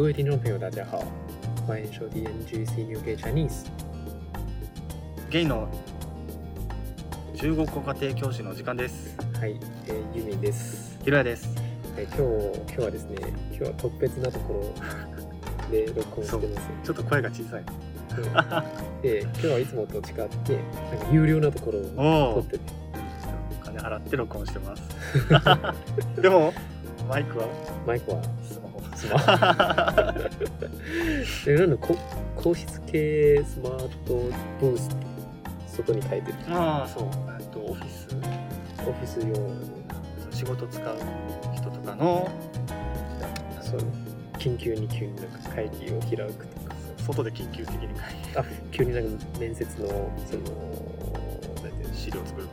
位听众朋友，大家好，欢迎收听 NGC New Gay Chinese。ゲイの中国語家庭教師の時間です。はい、えー、ユミンです。ひろやです。はい、今日今日はですね、今日は特別なところ で録音してます。ちょっと声が小さい。うんで、今日はいつもと違って、なんか有料なところおを撮おってて、お金払って録音して ます。でもマイクはマイクはスマホ。スマホ。 でなんだこ皇室系スマートブースそこに書いてる。まあそう。えっとオフィスオフィス用仕事使う人とかのそう緊急に急になんか会議を開くとか。外で緊急的に会あ急になんか面接のそのなんていう議資料作る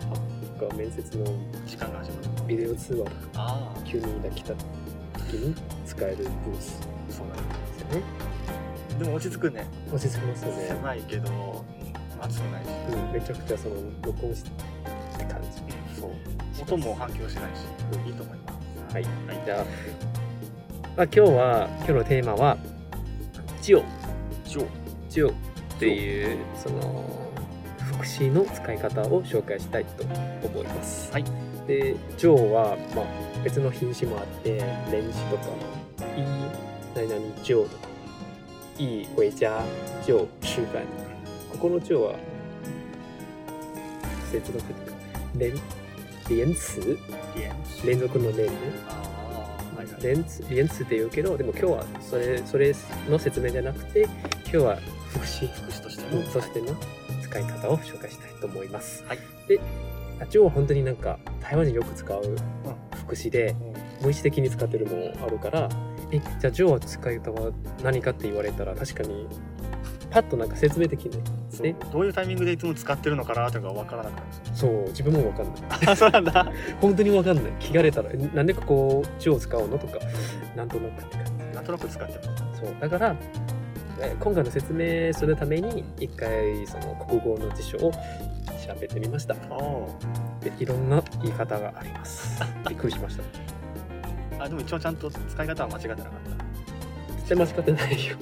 のか面接の時間が始まる。ビデオ通話とかああ急に来た時に使えるブースそうだですよねね。でも落ち着くね。落ち着きますよね、狭いけどうん暑くないし。うん、めちゃくちゃその録音してって感じそう。音も反響しないしいいと思います。はいはいじゃあ,、まあ今日は今日のテーマは「ジオ」一応「ジオ」っていうその副詞の使い方を紹介したいと思います、はい、で「ジョーは」まあ、別の品詞もあって「レンジ」とか「いい何々ジョー」とか「いい回家ジョー吃飯」ここの「ジョー」は接続というか連連詞連連続の連ねああはいはいレンツレンツって言うけどでも今日はそれそれの説明じゃなくて今日は副詞福祉としてうのんとしての使い方を紹介したいと思います。はいであジョーは本当になんか台湾人よく使う副詞で無意識的に使ってるものあるからえじゃあジョーは使い方は何かって言われたら確かにパッとなんか説明できないそうどういうタイミングでいつも使ってるのかなとか分からなくなるんですそよう自分も分かんない あそうなんだ本当に分かんない聞かれたらえなんでここジョー使うのとかなんとなくって感じなんとなく使ってますそうだからえー今回の説明するために一回その国語の辞書を調べてみましたあーでいろんな言い方がありますびっくりしましたあでも一応ちゃんと使い方は間違ってなかっ絶対間違ってないよ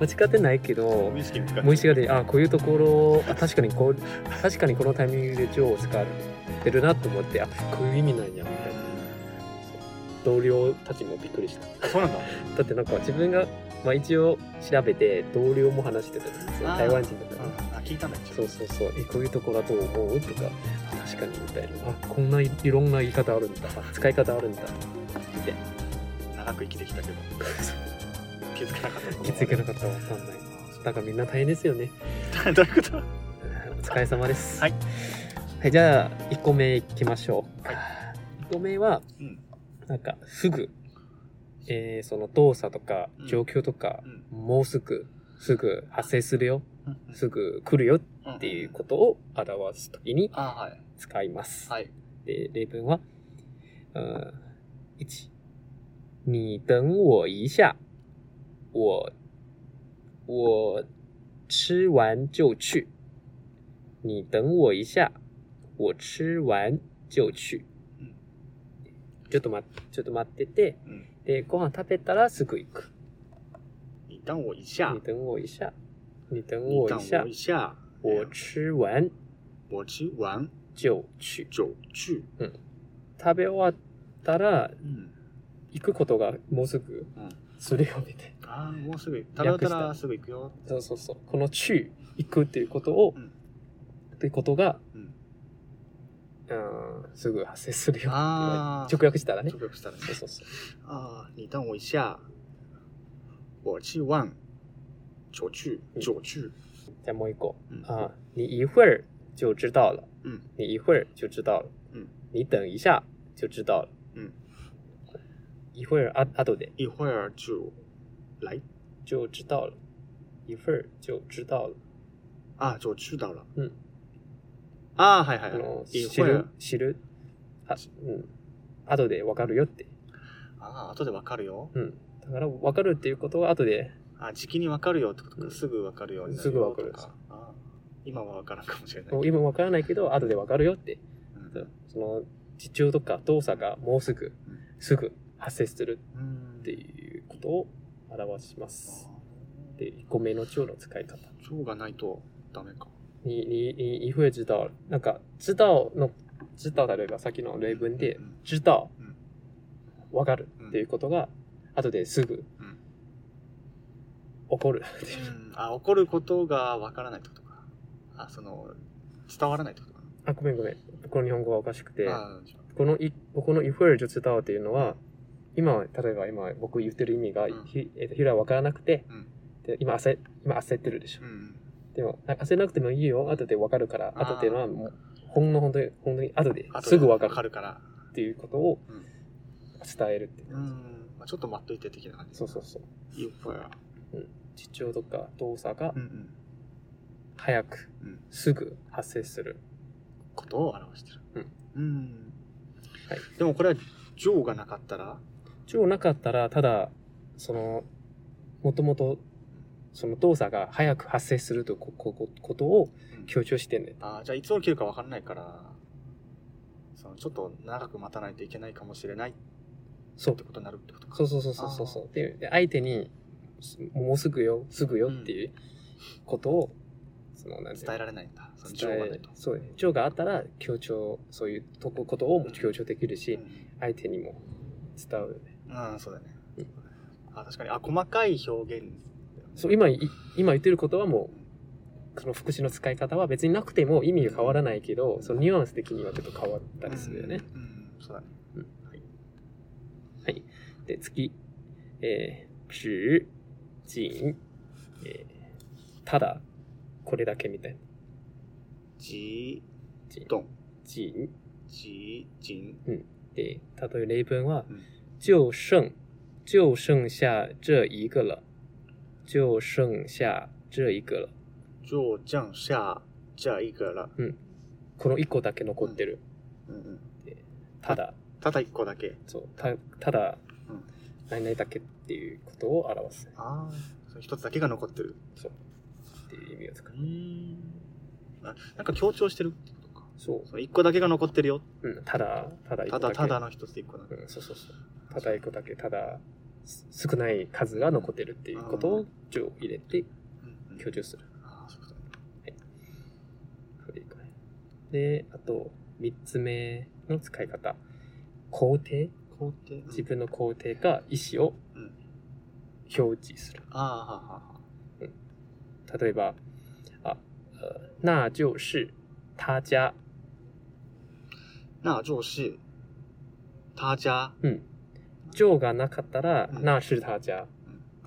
間違ってないけたど無意識に使って無意識であこういうところあ確かにこう確かにこのタイミングで「ジョー」を使ってるなと思ってあこういう意味なんやみたいな同僚たちもびっくりしたあそうなんだだってなんか自分が、まあ、一応調べて同僚も話してたんですよあー台湾人だから、あ聞いたんだ一そ応うそうそう、え、こういうところだと思うとか、あ確かにみたいな、あ、こんないいろんな言い方あるんだ、あ使い方あるんだ、長く生きてきたけど気づけなかった気づけなかかったらわかんない。 なんかみんな大変ですよね。ったどういうことお疲れ様です。はい。はい、じゃあ、1個目いきましょう。はい1個目は、うんなんか、すぐ、えーその動作とかうん、状況とかう、んもうすぐ、すぐ発生するよ、うんすぐ来るよっうんていうことを表すときにあはい使います。はいで例文は、呃，一起，你等我一下，我我吃完就去。你等我一下，我吃完就去うん。ちょっと待っちょっと待ってて、うんでご飯食べたらすぐ行く。你当我一下你等我一下，你等你我一当下我一，下我吃完我吃完就去。就去食べ終わったらうん行くことがもうすぐうんするよみたいああ、もうすぐ、食べ終わったらすぐ行くよ。な。そうそうそう。この中、行くっていうことを、うんということが、うんうん、すぐ発生するよって言われあーて。直訳したらね直。訳したらね。そうそうそう。ああ、你等我一下。我去忘。就去。就去。じゃあもう一個。うんあ、你一会儿就知道了。うん。你一会儿就知道了。うん。你等一下就知道了。うん。一会儿あ、後で一会儿就来。就知道了。一会儿就知道了。あ、就去到了。うん。ああ、はいはあいの、はい。一知会る儿。、知る。あ、うん。後でわかるよって。ああ、後でわかるよ。うん。だから、分かるっていうことは後で、あ、時期にわかるよってことうか。んすぐわかるようになするぐわよかるとか。あー今はわからんかもしれないけど。今分からないけど、後で分かるよって。うんその、事情とか動作がもうすぐ、すぐ発生するうんっていうことを表します。あで、ごめんのちょの使い方。ー蝶がないとダメか。你你你你会知道，なんか知道の知道例えばさっきの例文でうん知道うんわかるっていうことが後ですぐうん起こる。うんあ、怒ることがわからないってことか。あ、その、伝わらないってことかあごめんごめん。この日本語がおかしくて、な。あーじゃこのいこの if 就知道っていうのは今例えば今僕言ってる意味がうんひえっとひらわからなくてうんで今焦今焦ってるでしょあう。ん。でもなんか焦らなくてもいいよ後でわかるからあー後っていうのはもうほんの本当に本当に後であとすぐわかわかるるから。っていうことをうん伝えるっていうう感じ。ん。まあ、ちょっと待っといて的な感じ。そうそうそう。いい声や。父親とか動作がうんうん。早く、うんすぐ発生する。ことを表してる。うん。はいでもこれは、情がなかったら、中央なかったら、ただ、その、もともと、その動作が早く発生するとこここことをうん強調してんね。あーじゃあいつ起きるかわからないから、そのちょっと長く待たないといけないかもしれないっそうて。ことになるってことか。そうそうそうそうそうそう。で、で相手に、すもうすぐよ、すぐよっていうことを、その、なんていうの伝えられないんだ。その情伝がなえいと。そうね。情があったら、強調、そういうとこことを強調できるし、相手にも伝うよね。うん、うん、そうだねうん。あ確かに。あ、細かい表現。そう、今い、今言ってることはもう、その副詞の使い方は別になくても意味が変わらないけど、そのニュアンス的にはちょっと変わったりするよね。うん。うん、そうだね。はい。で、次。えー、只、仅、えー、ただ、これだけみたいな。じ、仅、どん。仅。じ、じん。で、例えば例文はうん、就剩、就剩下这一个了。就剩下这一个了。じょう、じゃん、しゃ、じゃあいくら。この一個だけ残ってる。うんうん。ただ。ただ一個だけ。そうたただ、うん何々だけっていうことを表すああ。その一つだけが残ってる。っていう意味を使う。うん。あなんか強調してるってことか。そその一個だけが残ってるよ。う、うん、ただ、ただ一た個だだけ。ただの一つで一個だけ。うん、そうそうそう。ただ一個だけ、ただ、す少ない数が残ってるっていうことを、字を入れてうんうん強調する。あーそういうことねそれ以外で、あと、三つ目の使い方。肯定肯定。うん自分の肯定が意思をうん表示する。ああ、はあはあは例えば、あ、呃那就是他家。那就是他家。うん。ジョーがなかったら、うんな是他家。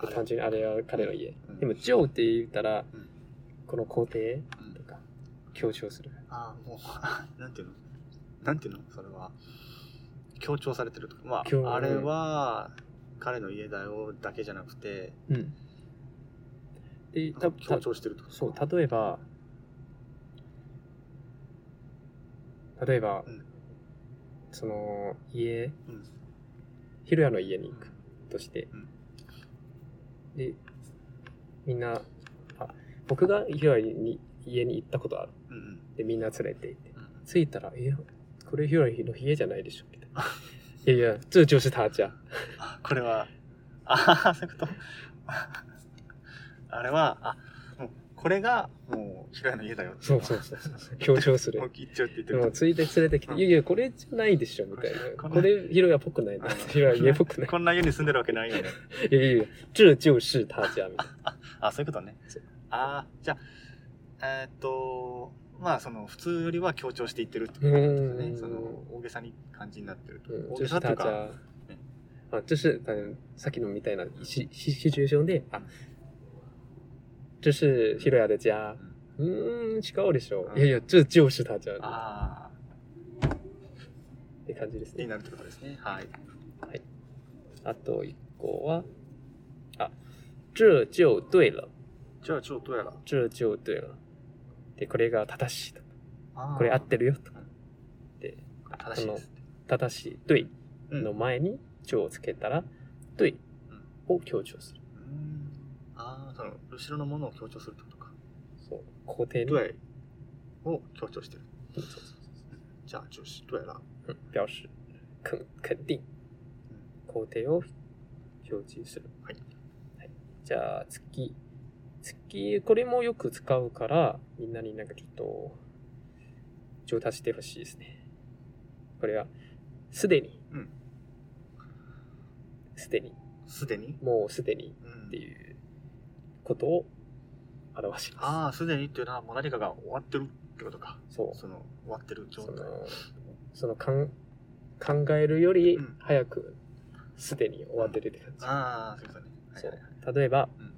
うん単純にあれは彼の家。うんでも、ジョーって言ったらうん、この皇帝うんとか、強調する。ああ、もう、 なんていうのなんていうのそれは。強調されてるとか。ま強あ、あれは、彼の家だよだけじゃなくて、うん。で、た、強た調してるってことそう、例えば、例えばうん、そその、家、うん。ヒロヤの家に行くとしてうん、で、みんな、あ、僕がヒロヤに家に行ったことある。うん うんで、みんな連れて行って。うん着いたら、いや、これヒロヒの家じゃないでしょ、みたい な。いやいや、这就是他家。あこれは、ああ、そういうこと。 あれは、あ、もう、これが、もう、平井の家だよっていそうそうそうそう。強調 すもうる。言っちゃうって言ってでる。も、ついて連れてきて、うんいやいや、これじゃないでしょ、みたいこな。れこれ、ヒロヤっぽくないな。ヒロヤ家っぽくない。こんな家に住んでるわけないよね。いやいやいや、这就是他家、みたいな。あ、そういうことねそう。あーじゃあ、えーっと、まあ、その、普通よりは強調していってるってことうですーね。んその、大げさに感じになってると。うん、大就げさ是ってい他うか、家。あ、就是、あのさっきのみたいなシシシチュエーションで、あ、这是ヒロヤ的家。うーん、違うでしょ。うんいやいや、这就是他家。っあて感じですー、ねに。なるってことですね。はい。あと一個は、あ、这就对了。じゃあ、ちょっとやら。这就对了。で、これが正しいと。あーこれ合ってるよとう。で、正しいですね。正しい、对うんの前に就をつけたら、对を強調する。うんああ、その、後ろのものを強調するってことか。そう。肯定に。对を強調してる。そうそうそうじゃあ、就是对了。うん表示。肯肯定。肯定を表示する。はい。じゃあ月、月、これもよく使うから、みんなになんかちょっと、上達してほしいですね。これは、すでに、うんすでに、すでに、もうすでにうんっていうことを表しまああ、すでにっていうのはもう何かが終わってるってことか。す。そう。その、終わってる状そ態。の、そのかん考えるよりうん早く、すでに終わってるって感じ。ああ、そういうことね。はいはいはいそう例えば、うん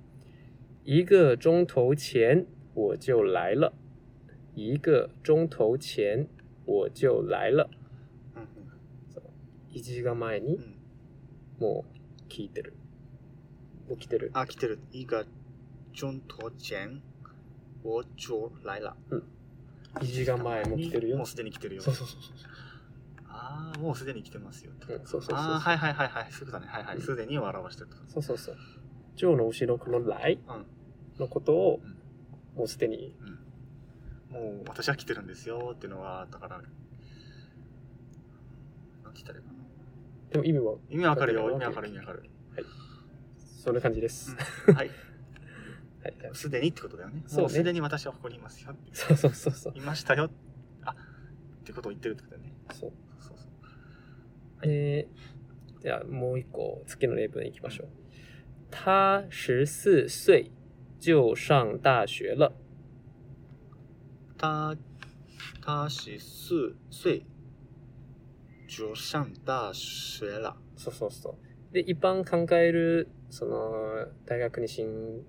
一个钟头前我就来了。一个钟頭前我就来了。うん1時間前にうんうんもう聞いてる。もう来てる。あ、来てる。一个钟头前、我就来了。 1時間前もう来てるもよう。すでに来てるよ。そうそうそうそう。ああ、もうすでに来てますよ。うんそうそうそうああ、はいはいはいはい。そういうことね。はいはうんい。すでにを表してると。そうそうそう。ジョーの後ろこの来うん。のことをうんもうすでにもう私は来てるんですよっていうのは、だから、なんて言ったらいいかな。でも意味は意味わかるよ。わ意か味わるわかるけ意味わかる。そんな感じです。うんはい。はいはいすでにってことだよね。そうねもうすでに私はここにいますよって。そうそうそうそうい。ましたよ。あ、ってことを言ってるってことだよね。そうそうそう。えーじゃあもう一個次の例文いきましょう。他十四岁就上大学了。他他十四岁就上大学了。そうそうそう。で、一般考える、その、大学に進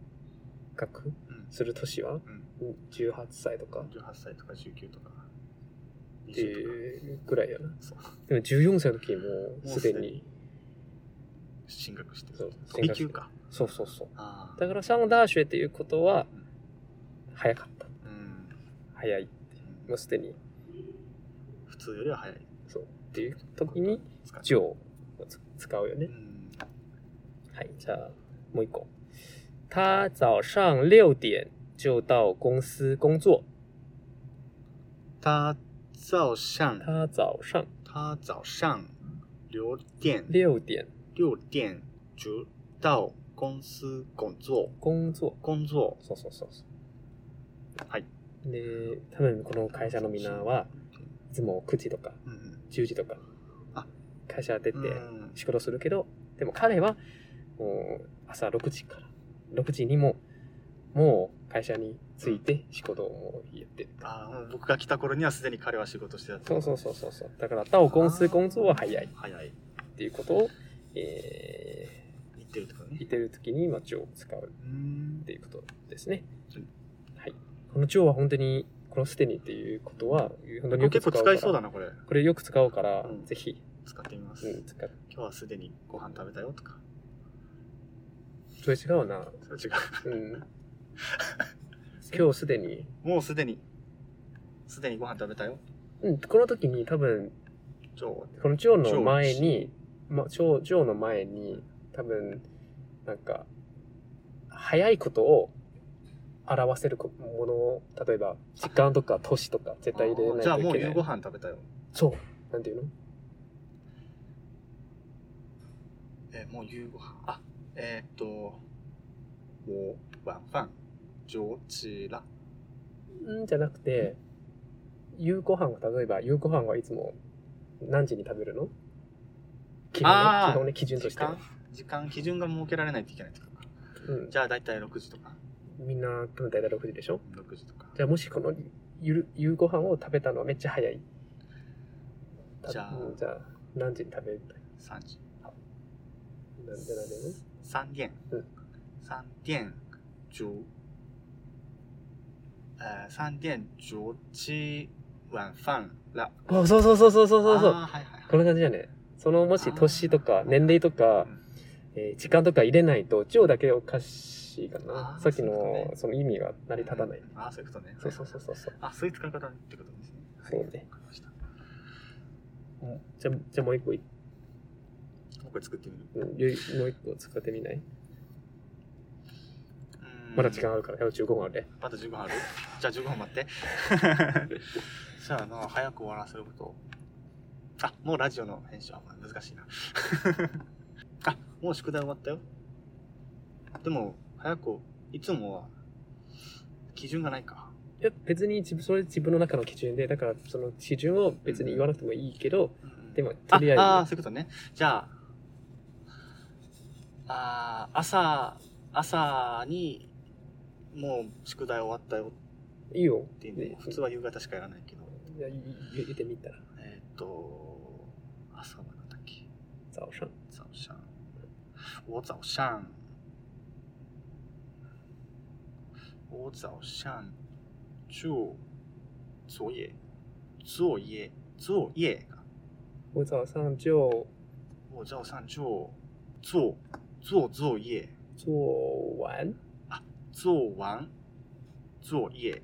学うん。する年は、18歳とかっ十八歳とか十九とか二て十いうぐらいやな。とか。そう。でも14歳の時にもうもすうですでにに、進学してそうる。飛び級か。そうそうそう。ああだ。から上大学っていうことは、早かった。うん。早い。もうすでに、普通よりは早い。そう。っていう時に、使うジョーを使うよねう。ん。はい、じゃあもう一個。他早上六点就到公司工作。他早上他早上他早上六点六点六点就到公司工作工作。工作。そうそうそうそう。はい。で、多分この会社のみんなは、いつも9時とかうんうん。 10時とかあ、会社出てうん仕事するけど、でも彼は、もう朝6時から、6時にも、もう会社に着いて仕事をもうやってる。あーもう僕が来た頃にはすでに彼は仕事してたそうそうそうそうそう。だから、到公司工作は早い。早いっていうことを、え言ってるとかーね言ってる時にまあ情を使ううーんっていうことですねうん。はい。この情は本当に、このすでにっていうことは、本当によく使結う構から。使いそうだなこれこれよく使うから、うんぜひ、使ってみます、うん、使っ今日はすでにご飯食べたよとかそれ違うな。それ違 うん。今日すでに、うもうすでにすでにご飯食べたようん、この時に多分、今日はこの情の前に、ま、情、情の前に、多分、なんか、早いことを表せるこものを、例えば、時間とか年とか絶対入れあなーいじゃあもとういけ夕ないご。飯食べたよそう。なんていうのえーもう夕ご飯あえーっともう晩飯上智らうんじゃなくて、夕ご飯が、例えば、夕ご飯はいつも何時に食べるの基本あねー基本ね、基準と時しては。間時間基準が設けられないといけないとかうん。じゃあ大体6時とかみんな、多分大体6時でしょ6時とかじゃあもしこの夕夕ご飯を食べたのはめっちゃ早い。たじゃあうんじゃあ何時に食べる3時なんでなんでね。三点うん，三点煮，呃，三点煮吃晚饭了。あ、そうそうそうそうそうそうそう。あーはいはいこんな感じだね。そのもし年とかあー年齢とかう、んえー時間とか入れないと、字だけおかしいかなあ。ーさっきそういうことのねその意味が成り立たない。うんあーそういうことね。そうそうそうそうそう。あ、そういう使い方ってことですね。そうねわかりました。じゃあじゃあもう一個い、もうこれ作ってみる。うんよいもう一個使ってみないうんまだ時間あるから、115分あるね。まだ15分あるじゃあ15分待 って。そうやな、早く終わらせること。あ、もうラジオの 編集は難しいな。あ、もう宿題終わったよ。でも、早く、いつもは、基準がないか。いや別に自分それ自分の中の基準でだからその基準を別に言わなくてもいいけど、うんうんでもとりあえずああー、そういうことね。じゃあ、あー朝、朝に、もう宿題終わったよいいよっていうのを普通は夕方しかやらないけど、いやい言ってみたらえーっ、と、朝は何だっけ早上早上。我早上。我早上就作业。作业。作业か。我早上就我早上就做做作业。做完做完作业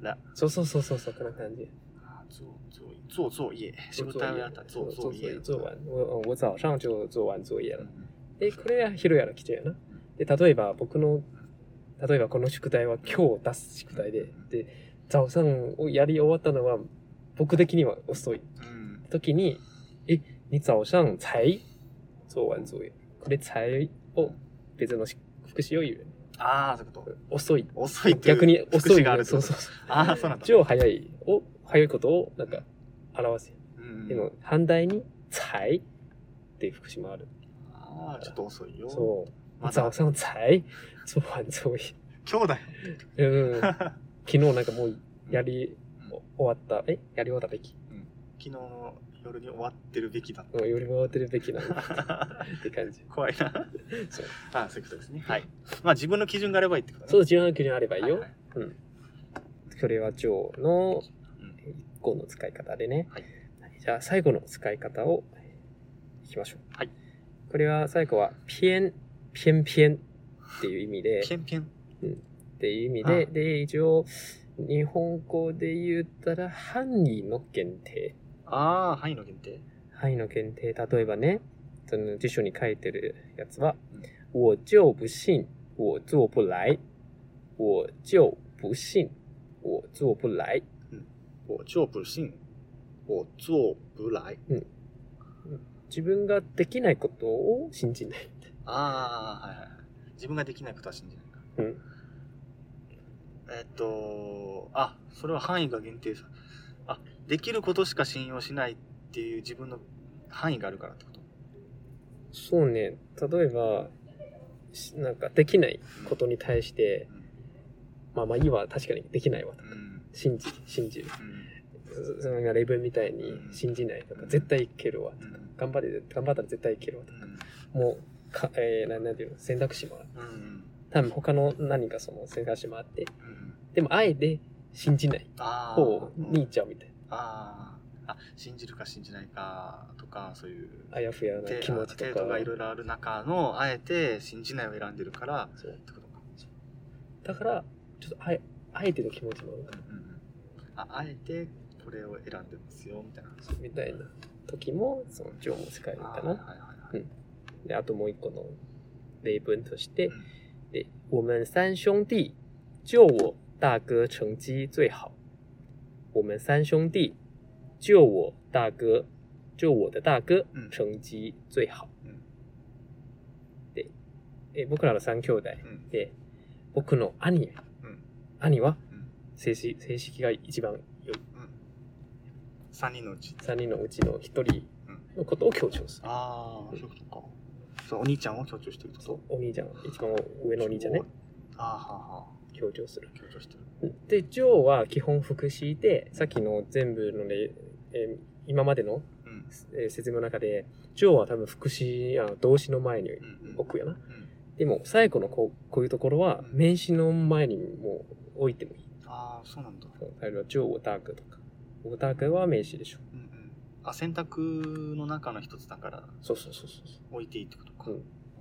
了そうそうそうそうそうこんな感じ啊，做作业做作业，仕事をやった做做作作业业做完我我早上就做完作业了嗯でこれは昼やの基準やなで例えば僕の例えばこの宿題は今日出す宿題でで早上をやり終わったのは僕的には遅い嗯時に「え你早上才做完作业」これ「才」を別のし副詞を言うああそういうこと遅い遅いという逆に遅いがあるってそこうとそうそうああそうなんだ一応早いを早いことをなんか表すうんでも反対に「才」っていう副詞もあるああちょっと遅いよそうま早だ上才做完作业兄弟うん 昨昨日なんかもうやりうん終わったえやり終わったべき日の夜に終わってるべきだもうより回ってるべきなのって感じ 怖いなそうああそういうことですねはいまあ自分の基準があればいいってことねそうう自分の基準あればいいよ、はいはいうんそれは上のうん1個の使い方でね、はいじゃあ最後の使い方をいきましょう、はいこれは最後は「ぴえん」「ぴえんぴえん」っていう意味で偏偏っていう意味あであで一応日本語で言ったら範囲の限定ああ範囲の限定範囲の限定例えばねその辞書に書いてるやつはうん「我就不信我做不来」「我就不信我做不来」我就不信我做不来自分ができないことを信じない。ああ、はいはいはい。自分ができないことは信じないか。うんえっと、あ、それは範囲が限定さ。あ、できることしか信用しないっていう自分の範囲があるからってこと。そうね。例えば、しなんかできないことに対して、まあまあいいわ、確かにできないわとうか、ん。信じ、信じる。うん。そそれが例文みたいにうん信じないとか、うん絶対いけるわとかう、ん。頑張れ、頑張ったら絶対いけるわとか、もう、かえー、ななんていうの、選択肢もある。うん。うん。多分他の何かその選択肢もあって、うん。でもあえて信じないああ。方にう行んっちゃうみたいな。ああ。あ、信じるか信じないかとか、そういう。あやふやな程気持度ちと程か度。がいろいろある中の、あえて信じないを選んでるからっそうてことか。だから、ちょっとあえ、あえての気持ちもある。うんうんうんああえてこれを選んでますよみたいなみたいな時もその情も使えるあかーはいな。はいはいはい、であともう一個の例文として、うんで我们三兄弟就我大哥成绩最好。我们三兄弟就我大哥就我的大哥うん成绩最好。うんでえ僕らの三兄弟うんで僕の兄、うん兄はうん成績成績が一番良い3人のうち3人のうちの1人のことを強調する。ああそういうことかそうお兄ちゃんを強調してるってことお兄ちゃん、一番上のお兄ちゃんね、ああはあは強調するあ。強調してるで、ジョーは基本副詞で、さっきの全部の例、えー今までの、うんえー説明の中で、ジョーは多分副詞や動詞の前にうんうん置くやな。うんでも、最後のこうこういうところは、うん名詞の前にも置いてもいい。ああそうなんだ例えば、ジョー、オタクとか。オタクは名詞でしょ。うんうんあ選択の中の一つだからそうそうそうそうそ置いていいってことか、う。うう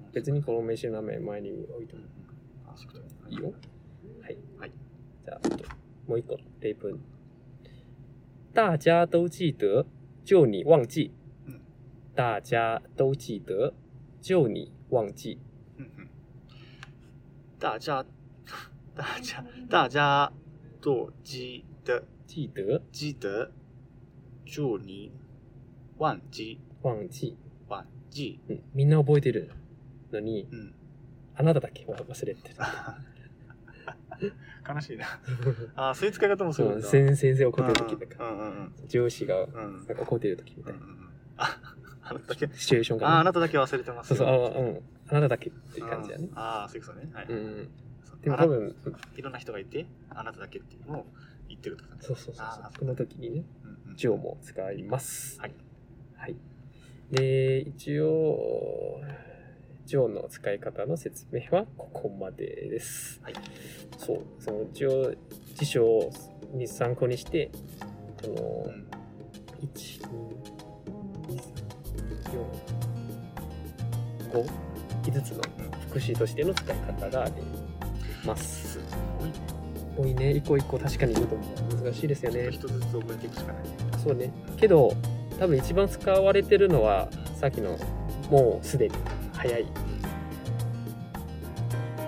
んん、別にこの名詞の名前前に置いてうんもうんあーそういうこといいよ。はい。はいじゃあ、あともう一個例文。大家都记得，就你忘记うん。大家都记得，就你忘记。うんうん大 家大家大家都记得记得记得祝你忘记忘记。忘记。うんみんな覚えてるのに、うん。 あなただけわ忘れてる。悲しいな。ああ、 そういう使い方もすそるんうだ。先先生怒ってる時とうか、んうんうん上司がうん。うなんんか怒ってる時みうたん。いうなんあ、あなただけ。シチュエーションああ、あが、ね。なただけ忘れてますそうよ。そう、あうん。あなただけっていう感じだねうん。ああ、そういうことね。はい。うんうん。そうでもあな多分、いろんな人がいて、あなただけっていうのを言ってるってことね。そうそうそうそあうー。この時にね、うんうん一応も使います。はい。はい。で、一応、ジョーの使い方の説明はここまでです。はい。そう、その一応辞書をに参考にして、こうの、ん1、2、3、4、5、5つの副詞としての使い方があります。すごいね。多いね、一個一個確かに言うと難しいですよちょっねと。一つずつ覚えていくしかないね。そうね。けど、多分一番使われてるのは、さっきの、もうすでに早い。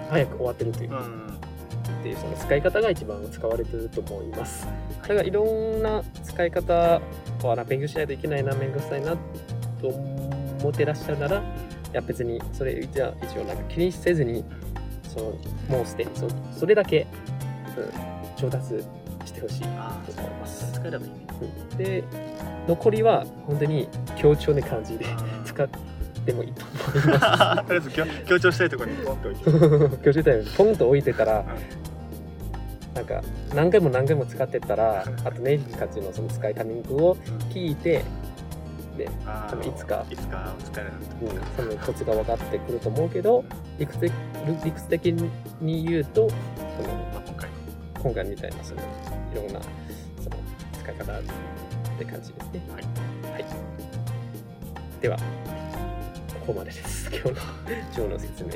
早く終わってるというう,、んうん。っていうその使い方が一番使われてると思います。だからはいろんな使い方はな勉強しないといけないな勉強したいなと思ってらっしゃるならいや別にそれじゃあ一応なんか気にせずにそのもうすでにそそれだけ、うん、調達してほしいあと思いまあ、す。使えればいいね。うんで残りは本当に強調な感じであー使ってもいいと思います。とりあえず強強調したいところにポンって置いて。教授隊ポンと置いてたら、なんか何回も何回も使ってったらあとネイティブたちのその使いタイミングを聞いてで、あ多分いつかいつかお疲れなんだうん、そのコツが分かってくると思うけど理屈的理屈的に言うとそのまあ今回今回みたいなそのいろんなその使い方って感じですね。はいはい、ではここまでです 今日の今日の説明。い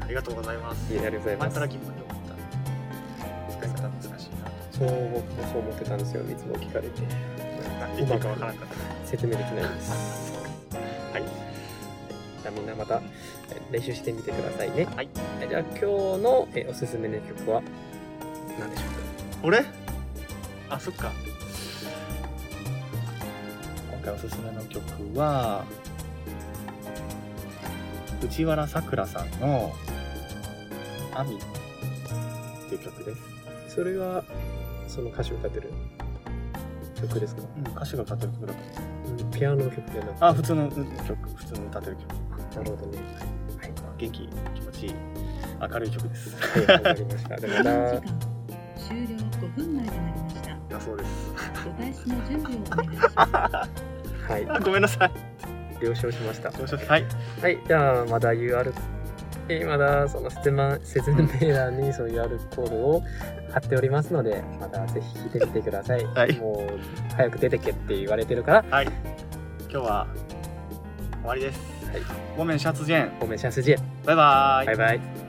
ありがとうございます。えありがとうございま前すから。疑問に思った。使い方難しいなそう僕もそう思ってたんですよいつも聞かれて。何言ってるかわからんかった。説明できないです。はい。じゃあみんなまたえー練習してみてくださいね。はい。えじゃあ今日のえーおすすめの曲は何でしょ俺あ、そっか。今回おすすめの曲は、藤原さくらさんの、アミっていう曲です。うか。それはその歌手を歌ってる曲ですか。うん、歌手が歌ってる曲だと思ううん、ピアノの曲じゃなくて。あ、普通のうん曲、普通の歌ってる曲。なるほどね。はい。元気、気持ちいい、明るい曲です。はい、わかりました。でまた終了5分前となりました。だそうです。お返しの準備をお願いします。はいあ、ごめんなさい。了承しました。どうしよう。はい。はい、じゃあまだ UR、えーまだその説明説明欄にその UR コードを貼っておりますので、またぜひ聞いてみてください。はいもう早く出てけって言われてるから、はい。今日は、終わりです。はい、ごめん、シャツジェン。ごめんシャスジェ、バイバーイバイ。バイ。